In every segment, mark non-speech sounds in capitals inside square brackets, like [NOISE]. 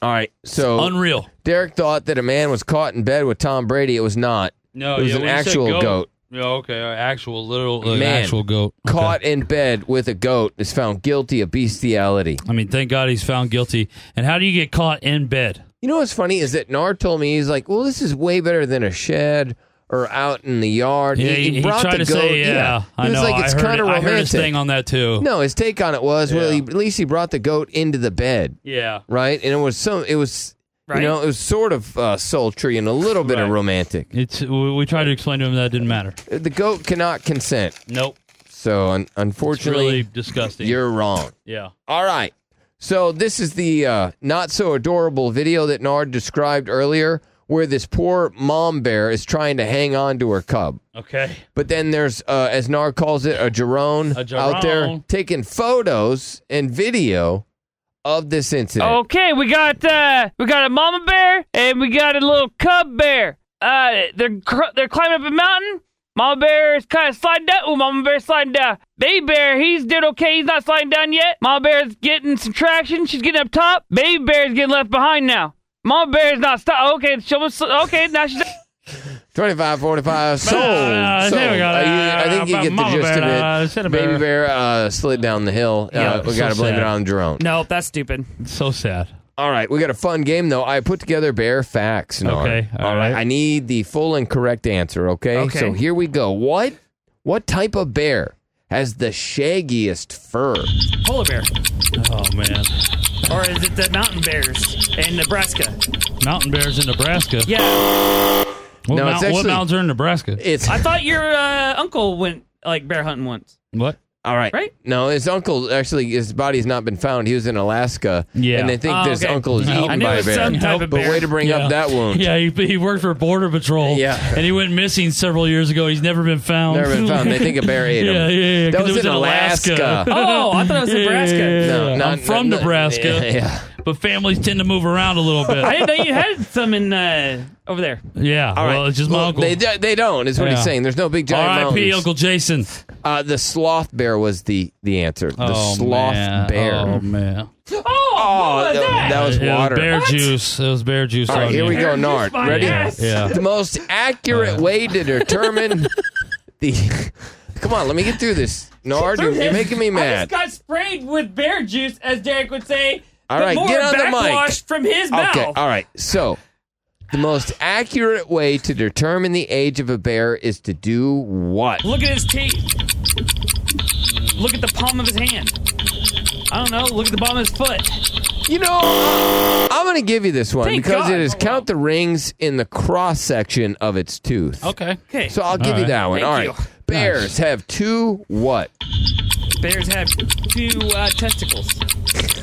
All right. So Unreal. Derek thought that a man was caught in bed with Tom Brady. It was not. No, It was yeah, an when you said actual goat. Yeah, okay, uh, actual literal uh, Man. actual goat. Okay. Caught in bed with a goat is found guilty of bestiality. I mean, thank God he's found guilty. And how do you get caught in bed? You know what's funny is that Nard told me he's like, well, this is way better than a shed or out in the yard. Yeah, he, he tried to say, yeah, I He was know. like, it's I heard, kind of it- I heard his romantic. thing on that too. No, his take on it was, well, Yeah. he, at least he brought the goat into the bed, Yeah, right? And it was some, it was, Right. you know, it was sort of uh, sultry and a little bit of Right. romantic. it's we, we tried to explain to him that it didn't matter. The goat cannot consent, Nope, so un- it's unfortunately, really disgusting. you're wrong. yeah, All right. So this is the uh, not so adorable video that Nard described earlier, where this poor mom bear is trying to hang on to her cub. okay, But then there's, uh, as Nard calls it, a Jerome A out there Jerome. taking photos and video of this incident. Oh. Okay, we got uh, we got a mama bear and we got a little cub bear. Uh, they're cr- they're climbing up a mountain. Mama bear is kind of sliding down. Ooh, mama bear sliding down. Baby bear, he's doing okay. He's not sliding down yet. Mama bear's getting some traction. She's getting up top. Baby bear's getting left behind now. Mama bear's not stop. Okay, she almost. sl- Okay, now she's. 25, 45, sold. Uh, there we sold. go. Uh, you- I think you Uh, get the Mama gist bear, uh, of it. said a Baby bear. Bear uh, slid down the hill. Yeah, uh, we so got to blame sad. it on Jerome. [LAUGHS] Nope, that's stupid. so sad. All right, we got a fun game though. I put together bear facts. Nard. Okay, all right. I need the full and correct answer. Okay. Okay. So here we go. What what type of bear has the shaggiest fur? Polar bear, Oh [LAUGHS] man, or is it the mountain bears in Nebraska? mountain bears in Nebraska. Yeah, What, No, it's mount- what actually- mountains are in Nebraska? It's thought your uh, uncle went like bear hunting once. what? all right. right? No, his uncle actually his body's not been found. He was in Alaska. Yeah. Ah, And they think Oh, this okay. uncle is I eaten knew by it a was bear. some type of but bear. way to bring Yeah. up that wound. Yeah, he, he worked for Border Patrol. Yeah. and he went missing several years ago. He's never been found. Never been found. They think a [LAUGHS] bear ate him. Yeah, yeah, yeah. 'cause That it was in Alaska. [LAUGHS] Oh, I thought it was Yeah, yeah, Nebraska. yeah, yeah, No, yeah. not- I'm from not- Nebraska, Yeah, [LAUGHS] yeah. but families tend to move around a little I bit. didn't know you had some in uh, over there. Yeah, All right. well, it's just my Well, uncle. They, do- they don't. Is what Yeah. he's saying. There's no big giant R.I.P. mountains. Uncle Jason. Uh, the sloth bear was the the answer. The oh, sloth man. bear. Oh man, [GASPS] Oh, Oh, what was that- that was It water. bear juice. It was bear juice. All right, on here you. we go, Nard. my Ready? ass. Yeah. The most accurate way to determine the. [LAUGHS] Come on, let me get through this, Nard. You're, you're making me I just mad. got sprayed with bear juice, as Derek would say. All The right, more get on the mic. backwash from his Okay, mouth. all right. So, the most accurate way to determine the age of a bear is to do what? Look at his teeth. Look at the palm of his hand. I don't know. Look at the bottom of his foot. You know, I'm going to give you this one Thank because God. it is Oh, wow. count the rings in the cross section of its tooth. Okay. Okay. So I'll give you right. that one. Thank all right. you. Bears have two what? Bears have two uh, testicles,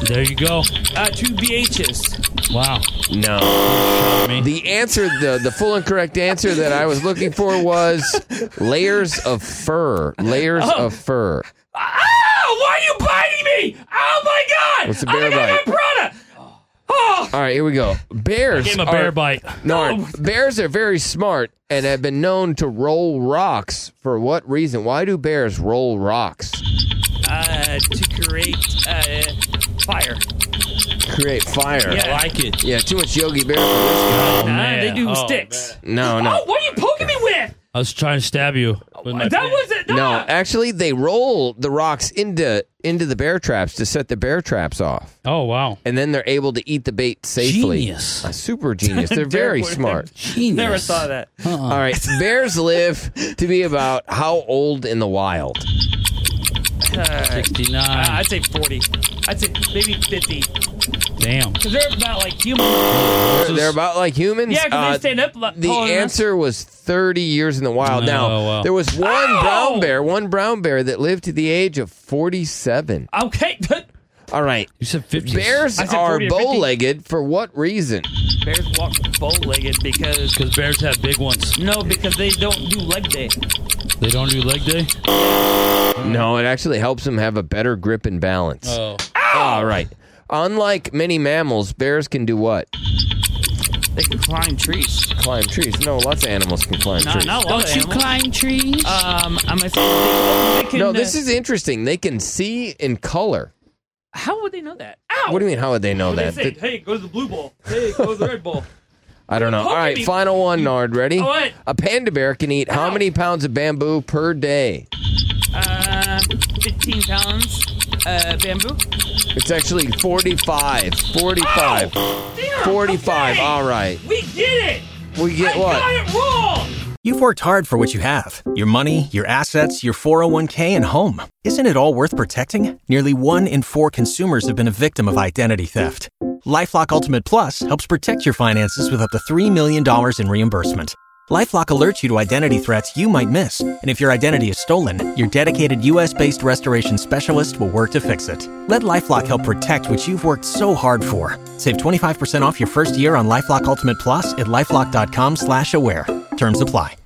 There you go. uh, two BHs. Wow. No. Shot me. The answer, the the full and correct answer that I was looking for was layers of fur. Layers of fur. Oh, why are you biting me? Oh my God! What's a bear I got bite? my brother. Oh, All right, here we go. Bears. Gave him a bear are, bite. No, bears are very smart and have been known to roll rocks. For what reason? Why do bears roll rocks? uh, to create uh, fire. Create fire. Yeah. I like it. Yeah, too much Yogi Bear. For Oh, Nah, man. they do Oh, sticks. man. this. No, Oh, no, what are you poking me with? I was trying to stab you. With my Oh, That was it. Ah. no. Nah. Actually, they roll the rocks into into the bear traps to set the bear traps off. oh wow. and then they're able to eat the bait safely. Genius. A super [LAUGHS] genius. They're very smart. Genius. Never saw that. All right, bears live to be about how old in the wild? Uh, Sixty-nine. I'd say 40. I'd say maybe 50. Because Damn. they're about like human. They're, they're about like humans. Yeah, 'cause Uh, they stand up. Like, the answer was 30 years in the wild. Oh, now, wow. there was one Ow! brown bear, one brown bear that lived to the age of 47. Okay. All right. You said fifty. Bears I said are 40 or 50. bow-legged for what reason? Bears walk bow-legged because... Because bears have big ones. No, because they don't do leg day. They don't do leg day. No, it actually helps them have a better grip and balance. Oh. All right. Unlike many mammals, bears can do what? They can climb trees. climb trees. No, lots of animals can climb Not, trees. not a lot of animals. climb [GASPS] [LAUGHS] trees? Um, I'm gonna say they, they can, no, this is interesting. They can see in color. How would they know that? Ow! What do you mean? How would they know They that? say, Th- hey, go to the blue ball. Hey, go to the red ball. I don't know. All poking right, me. final one, Nard. Ready? What? A panda bear can eat how many pounds of bamboo per day? [LAUGHS] Uh, 15 pounds uh, bamboo. It's actually 45. 45. Damn, 45. okay. All right. We get it. We get I what? got it wrong. You've worked hard for what you have your money, your assets, your 401k, and home. Isn't it all worth protecting? Nearly one in four consumers have been a victim of identity theft. Lifelock Ultimate Plus helps protect your finances with up to $3 million in reimbursement. Lifelock alerts you to identity threats you might miss, and if your identity is stolen, your dedicated U.S.-based restoration specialist will work to fix it. Let LifeLock help protect what you've worked so hard for. Save 25% off your first year on LifeLock Ultimate Plus at lifeLock.com/aware. Terms apply.